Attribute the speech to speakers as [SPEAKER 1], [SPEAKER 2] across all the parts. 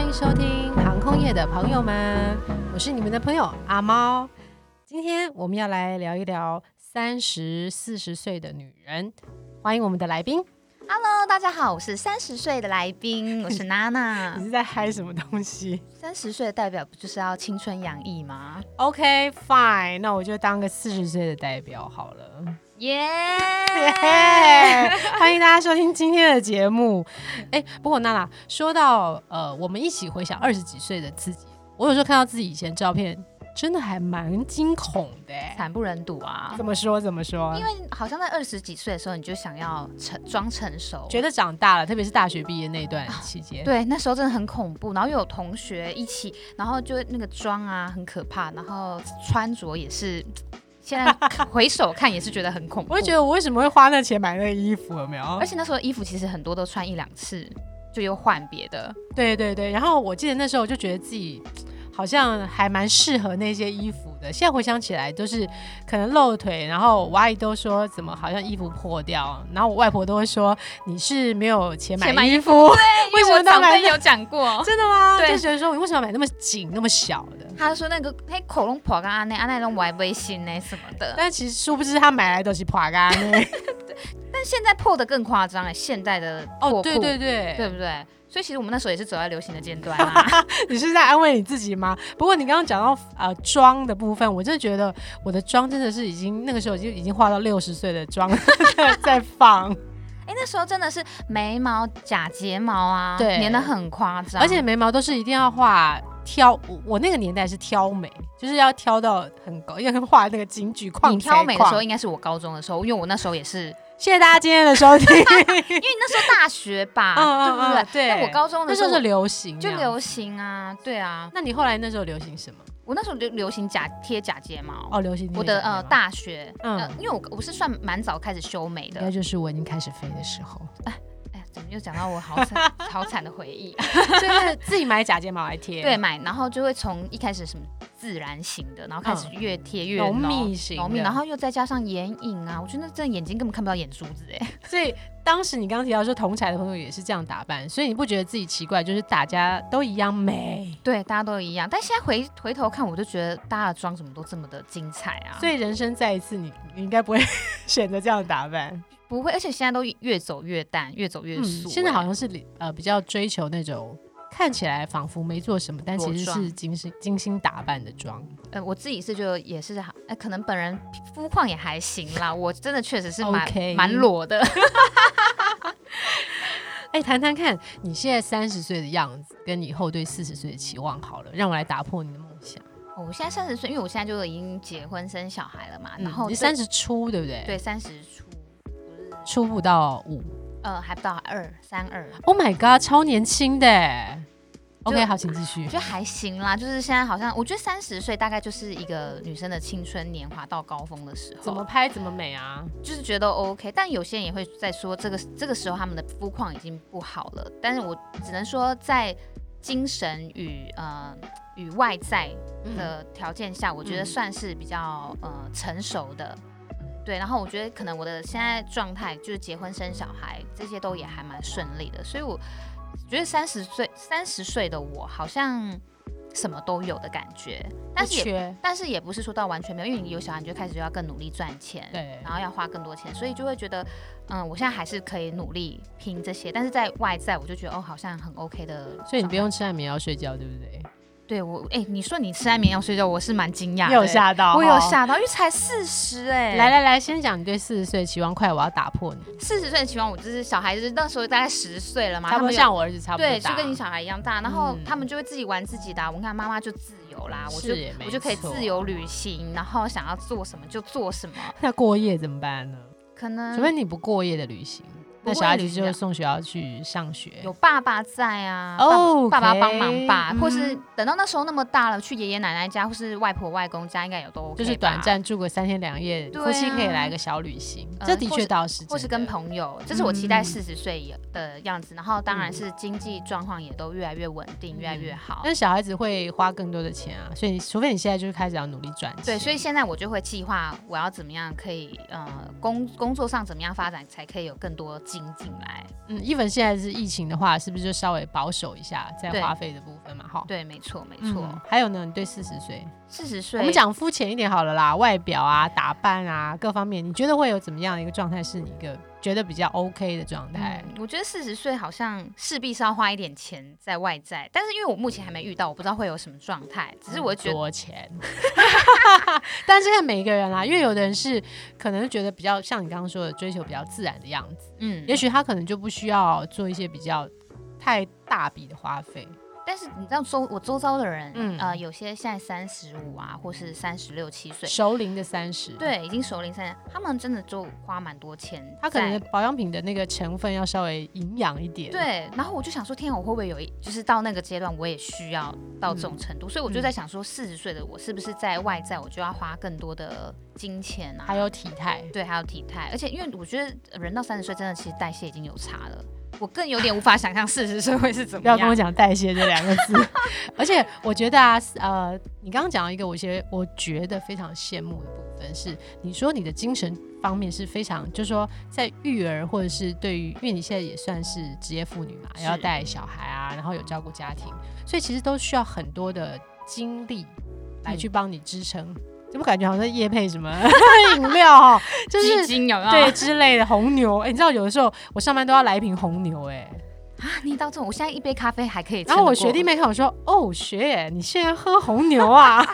[SPEAKER 1] 迎收听航空业的朋友们，我是你们的朋友阿猫。今天我们要来聊一聊三十四十岁的女人，欢迎我们的来宾。
[SPEAKER 2] Hello，大家好，我是三十岁的来宾，我是娜娜
[SPEAKER 1] 你。是在嗨什么东西
[SPEAKER 2] 三十岁的代表不就是要青春洋溢吗？
[SPEAKER 1] ？OK fine，那我就当个四十岁的代表好了。
[SPEAKER 2] 耶、
[SPEAKER 1] 耶！ 欢迎大家收听今天的节目。哎、不过娜娜说到呃，我们一起回想二十几岁的自己，我有时候看到自己以前照片，真的还蛮惊恐的、哎
[SPEAKER 2] 惨不忍睹啊！
[SPEAKER 1] 怎么说？怎么说？
[SPEAKER 2] 因为好像在二十几岁的时候，你就想要成装成熟，
[SPEAKER 1] 觉得长大了，特别是大学毕业那段期间，
[SPEAKER 2] 对，那时候真的很恐怖。然后又有同学一起，然后就那个妆啊很可怕，然后穿着也是，现在回首看也是觉得很恐怖。
[SPEAKER 1] 我会觉得我为什么会花那钱买那个衣服？有没有
[SPEAKER 2] 而？且那时候衣服其实很多都穿一两次，就又换别的。
[SPEAKER 1] 对对对。然后我记得那时候我就觉得自己。好像还蛮适合那些衣服的。现在回想起来，都是可能露腿，然后我阿姨都说怎么好像衣服破掉，然后我外婆都会说你是没有钱买
[SPEAKER 2] 钱买
[SPEAKER 1] 衣
[SPEAKER 2] 衣
[SPEAKER 1] 服， 为
[SPEAKER 2] 因
[SPEAKER 1] 什么
[SPEAKER 2] 为我
[SPEAKER 1] 要
[SPEAKER 2] 长
[SPEAKER 1] 买
[SPEAKER 2] 辈
[SPEAKER 1] 那？
[SPEAKER 2] 有讲 过，
[SPEAKER 1] 真的吗？
[SPEAKER 2] 对
[SPEAKER 1] 就觉得说你为什么要买那么紧、那么小的？
[SPEAKER 2] 他说那个嘿口龙破跟阿内阿内龙歪微信呢什么的，
[SPEAKER 1] 但其实殊不知她买来 都是垮嘎呢。
[SPEAKER 2] 但现在破的更夸张哎，现代的破裤、
[SPEAKER 1] 哦，对对对，
[SPEAKER 2] 对不对？所以其实我们那时候也是走在流行的尖 端啊，
[SPEAKER 1] 你是在安慰你自己吗？不过你刚刚讲到呃妆的部分，我真的觉得我的妆真的是已经那个时候已经已经化到六十岁的妆在 在放，
[SPEAKER 2] 哎、那时候真的是眉毛、假睫毛啊，
[SPEAKER 1] 对
[SPEAKER 2] 粘的很夸 张，
[SPEAKER 1] 而且眉毛都是一定要画挑，我我那个年代是挑眉，就是要挑到很高，要画那个京剧框。
[SPEAKER 2] 你挑眉的时候，
[SPEAKER 1] 框
[SPEAKER 2] 应该是我高中的时候，因为我那时候也是，
[SPEAKER 1] 谢谢大家今天的收 听，
[SPEAKER 2] 因为那时候大学吧，
[SPEAKER 1] 嗯 嗯
[SPEAKER 2] 对不对
[SPEAKER 1] 嗯？对
[SPEAKER 2] 那我高中
[SPEAKER 1] 那
[SPEAKER 2] 的
[SPEAKER 1] 时
[SPEAKER 2] 时候
[SPEAKER 1] 候是流行，
[SPEAKER 2] 就。流行啊，对啊，
[SPEAKER 1] 那你后来那时候流行什么？
[SPEAKER 2] 我那时候流流行假贴假睫毛，
[SPEAKER 1] 哦，流行
[SPEAKER 2] 我
[SPEAKER 1] 那
[SPEAKER 2] 的
[SPEAKER 1] 个
[SPEAKER 2] 呃
[SPEAKER 1] 吗，
[SPEAKER 2] 大学，
[SPEAKER 1] 嗯
[SPEAKER 2] 呃，因为我我是算蛮早开始修眉
[SPEAKER 1] 应
[SPEAKER 2] 的
[SPEAKER 1] 该，就是我已经开始飞的时 候，
[SPEAKER 2] 哎，怎么又讲到我好 惨好惨的回忆？
[SPEAKER 1] 就是自己买假睫毛来贴，
[SPEAKER 2] 对，，买，然后就会从一开始什么自然型的，然后开始越贴越
[SPEAKER 1] 浓
[SPEAKER 2] 嗯浓
[SPEAKER 1] 密型的
[SPEAKER 2] 哦浓密，然后又再加上眼影啊，我觉得这眼睛根本看不到眼珠子哎。
[SPEAKER 1] 所以当时你刚提到说同才的朋友也是这样打扮，所以你不觉得自己奇怪，就是大家都一样美，
[SPEAKER 2] 对，大家都一样，但现在回回头看，我就觉得大家的妆怎么都这么的精彩啊，
[SPEAKER 1] 所以人生再一次你，你应该不会 选择这样打扮。
[SPEAKER 2] 不会，而且现在都越走越淡，越走越素哎、
[SPEAKER 1] 现在好像是呃比较追求那种看起来仿佛没做什么，但其实
[SPEAKER 2] 裸妆
[SPEAKER 1] 是精心精心打扮的妆，
[SPEAKER 2] 呃，我自己是就也是好，哎、可能本人肤况也还行啦，我真的确实是蛮
[SPEAKER 1] OK
[SPEAKER 2] 蛮裸 的。
[SPEAKER 1] 哎，谈谈看你现在三十岁的样子，跟你以后对四十岁的期望好了，让我来打破你的梦想。啊
[SPEAKER 2] 哦我现在三十岁，因为我现在就已经结婚生小孩了嘛，嗯然后
[SPEAKER 1] 你
[SPEAKER 2] 对
[SPEAKER 1] 三十出对不对？，
[SPEAKER 2] 对，三十出，
[SPEAKER 1] 出不到五。
[SPEAKER 2] 呃，还不到二三二，
[SPEAKER 1] Oh my god，超年轻的耶。
[SPEAKER 2] 就
[SPEAKER 1] OK，好，请继续
[SPEAKER 2] 我。觉得还行啦。就是现在好像，我觉得三十岁大概就是一个女生的青春年华到高峰的时候，
[SPEAKER 1] 怎么拍怎么美啊！
[SPEAKER 2] 就是觉得 OK。但有些人也会在说，这个这个时候他们的肤况已经不好了。但是我只能说，在精神与呃与外在的条件下，我觉得
[SPEAKER 1] 嗯
[SPEAKER 2] 算是比较呃成熟的。对，然后我觉得可能我的现在状态就是结婚生小孩这些都也还蛮顺利的，所以我觉得三十岁三十岁的我好像什么都有的感觉，但是
[SPEAKER 1] 不
[SPEAKER 2] 也
[SPEAKER 1] 缺
[SPEAKER 2] 但是也不是说到完全没有，因为你有小孩你就开始就要更努力赚钱，
[SPEAKER 1] 对
[SPEAKER 2] 然后要花更多钱，所以就会觉得嗯，我现在还是可以努力拼这些，但是在外在我就觉得哦，好像很 OK 的状态，
[SPEAKER 1] 所以你不用吃安眠药睡觉，对不对？
[SPEAKER 2] 对我，哎、你说你吃安眠药睡觉，我是蛮惊讶的，
[SPEAKER 1] 你有吓到
[SPEAKER 2] 我有
[SPEAKER 1] 哈
[SPEAKER 2] 吓到，因为才四十哎，
[SPEAKER 1] 哦来来来，先讲你对四十岁的期望，快，我要打破你，
[SPEAKER 2] 四十岁的期望，我就是小孩子那时候大概十岁了嘛，
[SPEAKER 1] 差不
[SPEAKER 2] 他
[SPEAKER 1] 多
[SPEAKER 2] 们有
[SPEAKER 1] 像我儿子差不多
[SPEAKER 2] 对，
[SPEAKER 1] 大
[SPEAKER 2] 就跟你小孩一样大，然后
[SPEAKER 1] 嗯
[SPEAKER 2] 他们就会自己玩自己的啊、我看妈妈就自由啦，啊我就是
[SPEAKER 1] 也没
[SPEAKER 2] 我就可以
[SPEAKER 1] 错
[SPEAKER 2] 自由旅行，然后想要做什么就做什么，
[SPEAKER 1] 那过夜怎么办呢？
[SPEAKER 2] 可能
[SPEAKER 1] 除非你不过夜的旅行，那
[SPEAKER 2] 嗯不过夜
[SPEAKER 1] 小孩子
[SPEAKER 2] 旅行
[SPEAKER 1] 就
[SPEAKER 2] 啊
[SPEAKER 1] 送学校去上学。
[SPEAKER 2] 有爸爸在啊，
[SPEAKER 1] OK，
[SPEAKER 2] 爸爸爸爸帮忙吧，
[SPEAKER 1] 嗯
[SPEAKER 2] 或是等到那时候那么大了，去爷爷奶奶家或是外婆外公家，应该有都 OK，
[SPEAKER 1] 就是
[SPEAKER 2] 吧
[SPEAKER 1] 短。暂住个三天两夜，
[SPEAKER 2] 对啊
[SPEAKER 1] 夫妻可以来个小旅行，
[SPEAKER 2] 呃
[SPEAKER 1] 这的确倒是真的。
[SPEAKER 2] 或是跟朋友，这是我期待
[SPEAKER 1] 嗯
[SPEAKER 2] 四十岁的样子。然后当然
[SPEAKER 1] 嗯
[SPEAKER 2] 是经济状况也都越来越稳定，越来越好。
[SPEAKER 1] 但是小孩子会花更多的钱啊，所以除非你现在就是开始要努力赚钱。
[SPEAKER 2] 对，所以现在我就会计划我要怎么样可以呃工工作上怎么样发展，才可以有更多机紧进来。
[SPEAKER 1] 嗯，even 现在是疫情的话，是不是就稍微保守一下在
[SPEAKER 2] 对
[SPEAKER 1] 花费的部分嘛？哈，
[SPEAKER 2] 对，没错，没
[SPEAKER 1] 嗯
[SPEAKER 2] 错。
[SPEAKER 1] 还有呢，你对四十岁，
[SPEAKER 2] 四十岁，
[SPEAKER 1] 我们讲肤浅一点好了啦，外表啊、打扮啊各方面，你觉得会有怎么样的一个状态是你一个觉得比较 OK 的状态？
[SPEAKER 2] 嗯，我觉得四十岁好像势必是要花一点钱在外在，但是因为我目前还没遇到，我不知道会有什么状态。只是我觉
[SPEAKER 1] 嗯
[SPEAKER 2] 得，
[SPEAKER 1] 多钱， 但是看每一个人啦、因为有的人是可能觉得比较像你刚刚说的，追求比较自然的样子，
[SPEAKER 2] 嗯，
[SPEAKER 1] 也许他可能就不需要做一些比较太大笔的花费。
[SPEAKER 2] 但是你知道周我周遭的人，
[SPEAKER 1] 嗯
[SPEAKER 2] 呃，有些现在三十五啊，或是三十六七岁，
[SPEAKER 1] 熟龄的三十，，
[SPEAKER 2] 对，已经熟龄三，他们真的就花蛮多钱。
[SPEAKER 1] 他可能保养品的那个成分要稍微营养一点。，
[SPEAKER 2] 对，然后我就想说，天啊，我会不会有一，就是到那个阶段，我也需要到这种
[SPEAKER 1] 嗯
[SPEAKER 2] 程度，所以我就在想说，四十岁的我是不是在外在我就要花更多的金钱啊？
[SPEAKER 1] 还有体态，
[SPEAKER 2] 对，还有体态，而且因为我觉得人到三十岁，真的其实代谢已经有差了。我更有点无法想象四十岁会是怎
[SPEAKER 1] 不
[SPEAKER 2] 么
[SPEAKER 1] 要跟我
[SPEAKER 2] 样。
[SPEAKER 1] 讲代谢这两个字。 而且我觉得啊，呃，你刚刚讲到一个我觉我觉得非常羡慕的部分是，你说你的精神方面是非常，就是说在育儿或者是对于，因为你现在也算是职业妇女嘛，
[SPEAKER 2] 是
[SPEAKER 1] 要带小孩啊，然后有照顾家庭，所以其实都需要很多的精力来去帮你支 撑。怎么感觉好像在夜配什么 饮料哦？就是
[SPEAKER 2] 基金有没有？
[SPEAKER 1] 对之类的红牛，哎、你知道有的时候我上班都要来一瓶红牛、哎，
[SPEAKER 2] 啊，你到这种，我现在一杯咖啡还可以。
[SPEAKER 1] 然后我学弟，妹看我说，哦，学姐，你现在喝红牛啊？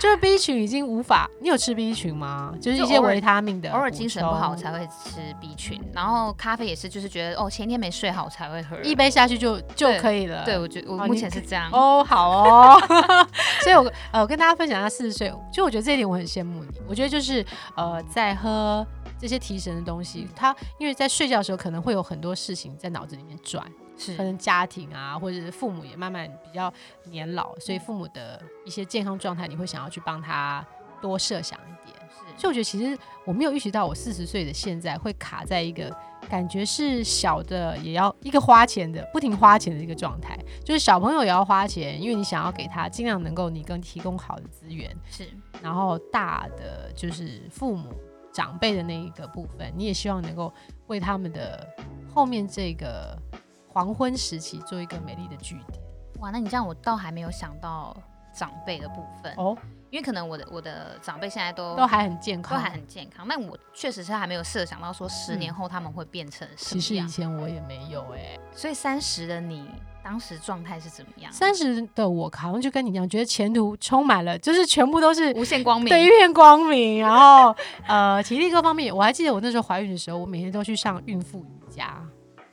[SPEAKER 1] 就是 B 群已经无法，你有吃 B 群吗？就是一
[SPEAKER 2] 就
[SPEAKER 1] 些
[SPEAKER 2] 偶尔
[SPEAKER 1] 维他命的补充，
[SPEAKER 2] 偶尔精神不好我才会吃 B 群，然后咖啡也是，就是觉得哦前一天没睡好我才会喝。
[SPEAKER 1] 一杯下去就就
[SPEAKER 2] 对
[SPEAKER 1] 可以了。
[SPEAKER 2] 对，我觉得我
[SPEAKER 1] 哦
[SPEAKER 2] 目
[SPEAKER 1] 你
[SPEAKER 2] 前是这样。
[SPEAKER 1] 哦，好哦， 所以我呃，我跟大家分享一下四十岁，就我觉得这一点我很羡慕你。我觉得就是呃，在喝这些提神的东西，它因为在睡觉的时候可能会有很多事情在脑子里面转，
[SPEAKER 2] 是
[SPEAKER 1] 可能家庭啊，或者是父母也慢慢比较年老，所以父母的一些健康状态，你会想要去帮他多设想一点。所以
[SPEAKER 2] 是，
[SPEAKER 1] 我觉得其实我没有预期到，我四十岁的现在会卡在一个感觉是小的也要一个花钱的，不停花钱的一个状态，就是小朋友也要花钱，因为你想要给他尽量能够你更提供好的资源，
[SPEAKER 2] 是
[SPEAKER 1] 然后大的就是父母长辈的那一个部分，你也希望能够为他们的后面这个黄昏时期做一个美丽的据点。
[SPEAKER 2] 哇，那你这样我倒还没有想到长辈的部分，
[SPEAKER 1] 哦，
[SPEAKER 2] 因为可能我的我的长辈现在都
[SPEAKER 1] 都还很健
[SPEAKER 2] 都
[SPEAKER 1] 康。嗯
[SPEAKER 2] 还很健康，但我确实是还没有设想到说十年后他们会变成什
[SPEAKER 1] 其实
[SPEAKER 2] 么
[SPEAKER 1] 以
[SPEAKER 2] 样。
[SPEAKER 1] 前我也没有哎、
[SPEAKER 2] 所以三十的你当时状态是怎么样？
[SPEAKER 1] 三十的我好像就跟你一样，觉得前途充满了，就是全部都是
[SPEAKER 2] 无限光明，
[SPEAKER 1] 对一片光 明。然后呃，体力各方面，我还记得我那时候怀孕的时候，我每天都去上孕妇瑜伽。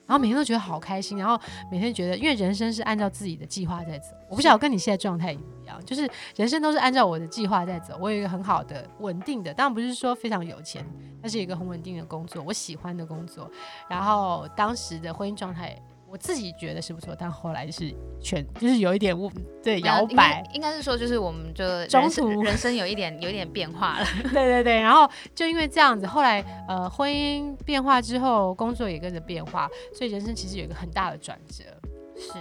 [SPEAKER 1] 然后每天都觉得好开心，然后每天觉得，因为人生是按照自己的计划在走。我不晓得跟你现在状态一不一样，就是人生都是按照我的计划在走。我有一个很好的、稳定的，当然不是说非常有钱，但是有一个很稳定的工作，我喜欢的工作。然后当时的婚姻状态，我自己觉得是不错，但后来是全就是有一点误对
[SPEAKER 2] 没有
[SPEAKER 1] 摇
[SPEAKER 2] 应
[SPEAKER 1] 摆
[SPEAKER 2] 该，应该是说就是我们就人
[SPEAKER 1] 中
[SPEAKER 2] 生
[SPEAKER 1] 途
[SPEAKER 2] 人生有一点有一点变化了，
[SPEAKER 1] 对对对，然后就因为这样子，后来呃婚姻变化之后，工作也跟着变化，所以人生其实有一个很大的转折。
[SPEAKER 2] 是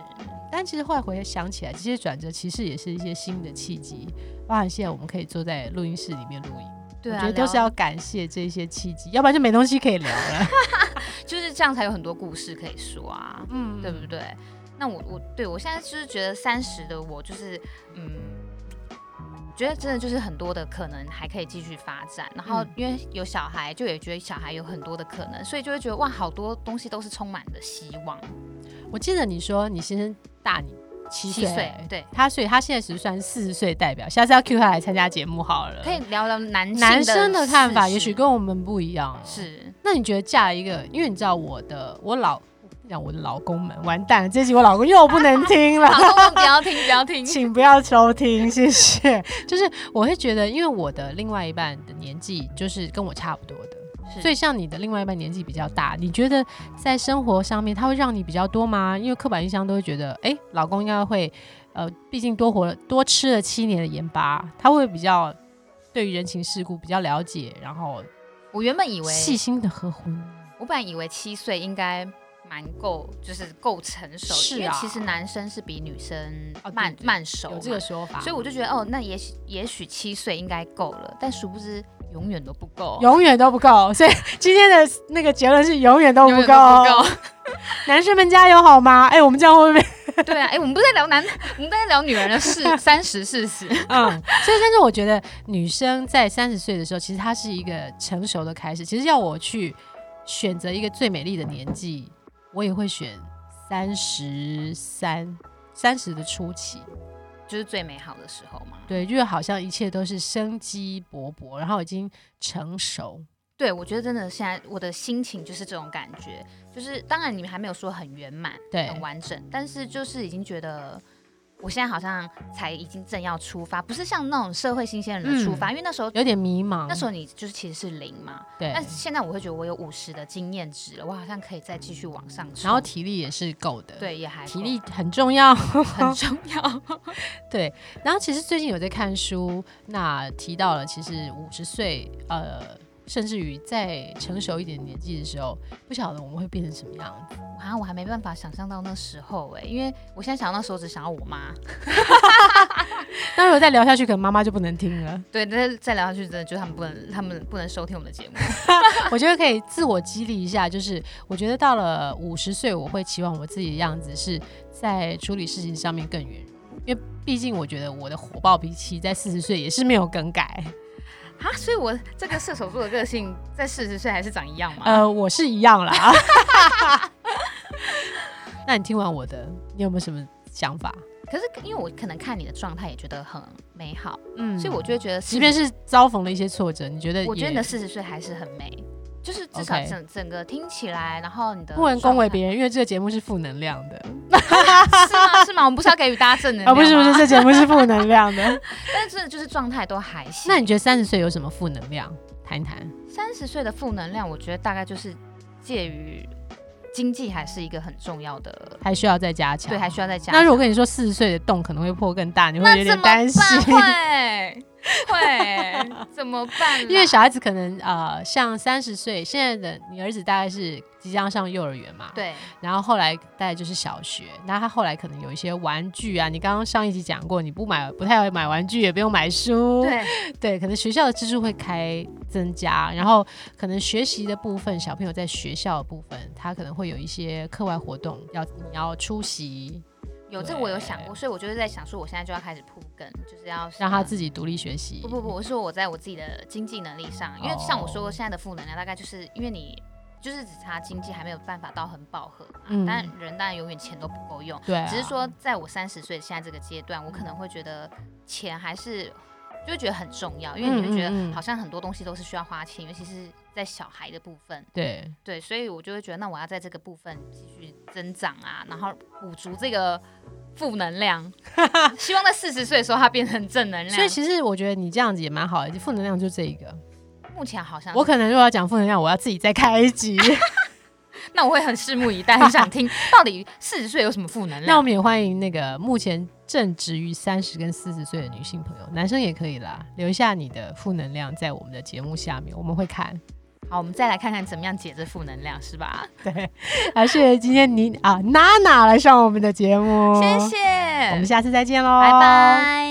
[SPEAKER 1] 但其实后来回想起来，这些转折其实也是一些新的契机，包含现在我们可以坐在录音室里面录音，
[SPEAKER 2] 对
[SPEAKER 1] 我
[SPEAKER 2] 啊，
[SPEAKER 1] 觉得都是
[SPEAKER 2] 聊
[SPEAKER 1] 要感谢这些契机，要不然就没东西可以聊 了。
[SPEAKER 2] 就是这样才有很多故事可以说啊，
[SPEAKER 1] 嗯
[SPEAKER 2] 对不对？那我我对我现在就是觉得三十的我就是嗯，觉得真的就是很多的可能还可以继续发展，然后
[SPEAKER 1] 嗯
[SPEAKER 2] 因为有小孩，就也觉得小孩有很多的可能，所以就会觉得哇，好多东西都是充满了希望。
[SPEAKER 1] 我记得你说你先生大你七岁，
[SPEAKER 2] 对，
[SPEAKER 1] 他所以他现在只算四十岁代表，下次要 Q 他来参加节目好了。
[SPEAKER 2] 可以聊聊男性
[SPEAKER 1] 男生的看法
[SPEAKER 2] 事
[SPEAKER 1] 也许
[SPEAKER 2] 实
[SPEAKER 1] 跟我们不一样哦，
[SPEAKER 2] 是
[SPEAKER 1] 那你觉得嫁一个，因为你知道我的我老我讲我的老公们完蛋了，这集我老公又不能听 了
[SPEAKER 2] 好，，公公不要听，不要 听，
[SPEAKER 1] 请不要收听，谢谢。就是我会觉得，因为我的另外一半的年纪就是跟我差不多的，
[SPEAKER 2] 是
[SPEAKER 1] 所以像你的另外一半年纪比较大，你觉得在生活上面他会让你比较多吗？因为刻板印象都会觉得，哎，老公应该会，呃，毕竟多活了多吃了七年的盐巴，他会比较对于人情世故比较了解，然后
[SPEAKER 2] 我原本以为，
[SPEAKER 1] 细心的呵护你。
[SPEAKER 2] 我本来以为七岁应该蛮够，就是够成熟，
[SPEAKER 1] 是啊
[SPEAKER 2] 因为其实男生是比女生
[SPEAKER 1] 哦对
[SPEAKER 2] 慢、
[SPEAKER 1] 对
[SPEAKER 2] 慢熟
[SPEAKER 1] 有
[SPEAKER 2] 嘛，
[SPEAKER 1] 这个说法，
[SPEAKER 2] 所以我就觉得哦，那也许也许七岁应该够了，但殊不知有永远都不够，
[SPEAKER 1] 永远都不够。所以今天的那个结论是永远都
[SPEAKER 2] 永
[SPEAKER 1] 不
[SPEAKER 2] 远
[SPEAKER 1] 够，
[SPEAKER 2] 都不
[SPEAKER 1] 男生们加油好吗？哎、我们这样会 不会？
[SPEAKER 2] 够。对啊，哎，我们不在聊男，我们在聊女人 的事，三十四十。
[SPEAKER 1] 嗯，所以但是我觉得女生在三十岁的时候，其实她是一个成熟的开始。其实要我去选择一个最美丽的年纪，我也会选三十三、三十的初期。
[SPEAKER 2] 就是最美好的时候嘛。
[SPEAKER 1] 对，就是好像一切都是生机勃勃，然后已经成熟。
[SPEAKER 2] 对，我觉得真的现在我的心情就是这种感觉，就是当然你们还没有说很圆满、
[SPEAKER 1] 对
[SPEAKER 2] 很完整，但是就是已经觉得。我现在好像才已经正要出发，不是像那种社会新鲜人
[SPEAKER 1] 嗯
[SPEAKER 2] 的出发，因为那时候
[SPEAKER 1] 有点迷茫。
[SPEAKER 2] 那时候你就是其实是零嘛，
[SPEAKER 1] 对，
[SPEAKER 2] 但是现在我会觉得我有五十的经验值了，我好像可以再继续往上冲，
[SPEAKER 1] 然后体力也是够的。。
[SPEAKER 2] 对也还
[SPEAKER 1] 体
[SPEAKER 2] 够
[SPEAKER 1] 力很重要，
[SPEAKER 2] 很重 要，
[SPEAKER 1] 对。然后其实最近有在看书，那提到了其实五十岁，呃，甚至于在成熟一点年纪的时候，不晓得我们会变成什么样子。
[SPEAKER 2] 啊，我还没办法想象到那时候哎、因为我现在想到那时候只想要我妈，
[SPEAKER 1] 那如果再聊下去，可能妈妈就不能听了。
[SPEAKER 2] 对，但是再聊下去真的就是他们不能，他们不能收听我们的节目。
[SPEAKER 1] 我觉得可以自我激励一下，就是我觉得到了五十岁，我会期望我自己的样子是在处理事情上面更圆融，因为毕竟我觉得我的火爆脾气在四十岁也是没有更改。
[SPEAKER 2] 啊，所以我这个射手座的个性在四十岁还是长一样嘛？
[SPEAKER 1] 呃，我是一样啦。那你听完我的，你有没有什么想法？
[SPEAKER 2] 可是因为我可能看你的状态也觉得很美好，
[SPEAKER 1] 嗯
[SPEAKER 2] 所以我就会觉得40，
[SPEAKER 1] 即便是遭逢了一些挫折，你觉得也？
[SPEAKER 2] 我觉得你的四十岁还是很美，就是至少
[SPEAKER 1] OK
[SPEAKER 2] 整整个听起来，然后你的
[SPEAKER 1] 不能恭维
[SPEAKER 2] 人
[SPEAKER 1] 别人，因为这个节目是负能量的
[SPEAKER 2] 是吗？是吗？我们不是要给予大家正能
[SPEAKER 1] 啊、
[SPEAKER 2] 量
[SPEAKER 1] 不是不是，
[SPEAKER 2] 吗，
[SPEAKER 1] 这节目是负能量 的。
[SPEAKER 2] 但是就是状态都还行。
[SPEAKER 1] 那你觉得三十岁有什么负能量？谈一谈。
[SPEAKER 2] 三十岁的负能量，我觉得大概就是介于经济还是一个很重要的，
[SPEAKER 1] 还需要再加强。
[SPEAKER 2] 对，还需要再加强。
[SPEAKER 1] 那如果跟你说四十岁的洞可能会破更大，你会有
[SPEAKER 2] 那怎
[SPEAKER 1] 点
[SPEAKER 2] 么
[SPEAKER 1] 担
[SPEAKER 2] 办？
[SPEAKER 1] 心，
[SPEAKER 2] 会会怎么办啦？
[SPEAKER 1] 因为小孩子可能呃，像三十岁现在的你儿子大概是即将上幼儿园嘛，，
[SPEAKER 2] 对
[SPEAKER 1] 然后后来大概就是小学，那他后来可能有一些玩具啊，你刚刚上一集讲过，你不买不太会买玩具，也不用买书，
[SPEAKER 2] 对。
[SPEAKER 1] 对，可能学校的支出会开增加，然后可能学习的部分，小朋友在学校的部分，他可能会有一些课外活动要你要出席，
[SPEAKER 2] 有这我有想过，所以我就是在想说，我现在就要开始铺梗，就是要
[SPEAKER 1] 让他自
[SPEAKER 2] 己。
[SPEAKER 1] 己独立学习。
[SPEAKER 2] 不不不，我说我在我自己的经济能力上，因为像我
[SPEAKER 1] 哦
[SPEAKER 2] 说现在的负能量，大概就是因为你就是只差经济还没有办法到很饱和嘛，
[SPEAKER 1] 嗯
[SPEAKER 2] 但人当然永远钱都不够用，
[SPEAKER 1] 对、啊，
[SPEAKER 2] 只是说在我三十岁现在这个阶段，我可能会觉得钱还是就会觉得很重要，因为你会觉
[SPEAKER 1] 嗯嗯嗯
[SPEAKER 2] 得好像很多东西都是需要花钱，尤其是在小孩的部分，
[SPEAKER 1] 对，
[SPEAKER 2] 对，所以我就会觉得，那我要在这个部分继续增长啊，然后补足这个负能量， 希望在四十岁的时候它变成正能量。
[SPEAKER 1] 所以其实我觉得你这样子也蛮好的，负能量就这一个。
[SPEAKER 2] 嗯目前好像
[SPEAKER 1] 我
[SPEAKER 2] 我
[SPEAKER 1] 可能如果要讲负能量，我要自己再开一集。
[SPEAKER 2] 那我会很拭目以待，很想听到底四十岁有什么负能
[SPEAKER 1] 那我
[SPEAKER 2] 量。
[SPEAKER 1] 们也欢迎那个目前正值于三十跟四十岁的女性朋友，男生也可以啦，留下你的负能量在我们的节目下面，我们会看。
[SPEAKER 2] 好，我们再来看看怎么样解这负能量，是吧？
[SPEAKER 1] 对，好，谢谢今天你啊娜娜来上我们的节目，
[SPEAKER 2] 谢谢，
[SPEAKER 1] 我们下次再见喽，哦
[SPEAKER 2] 拜拜。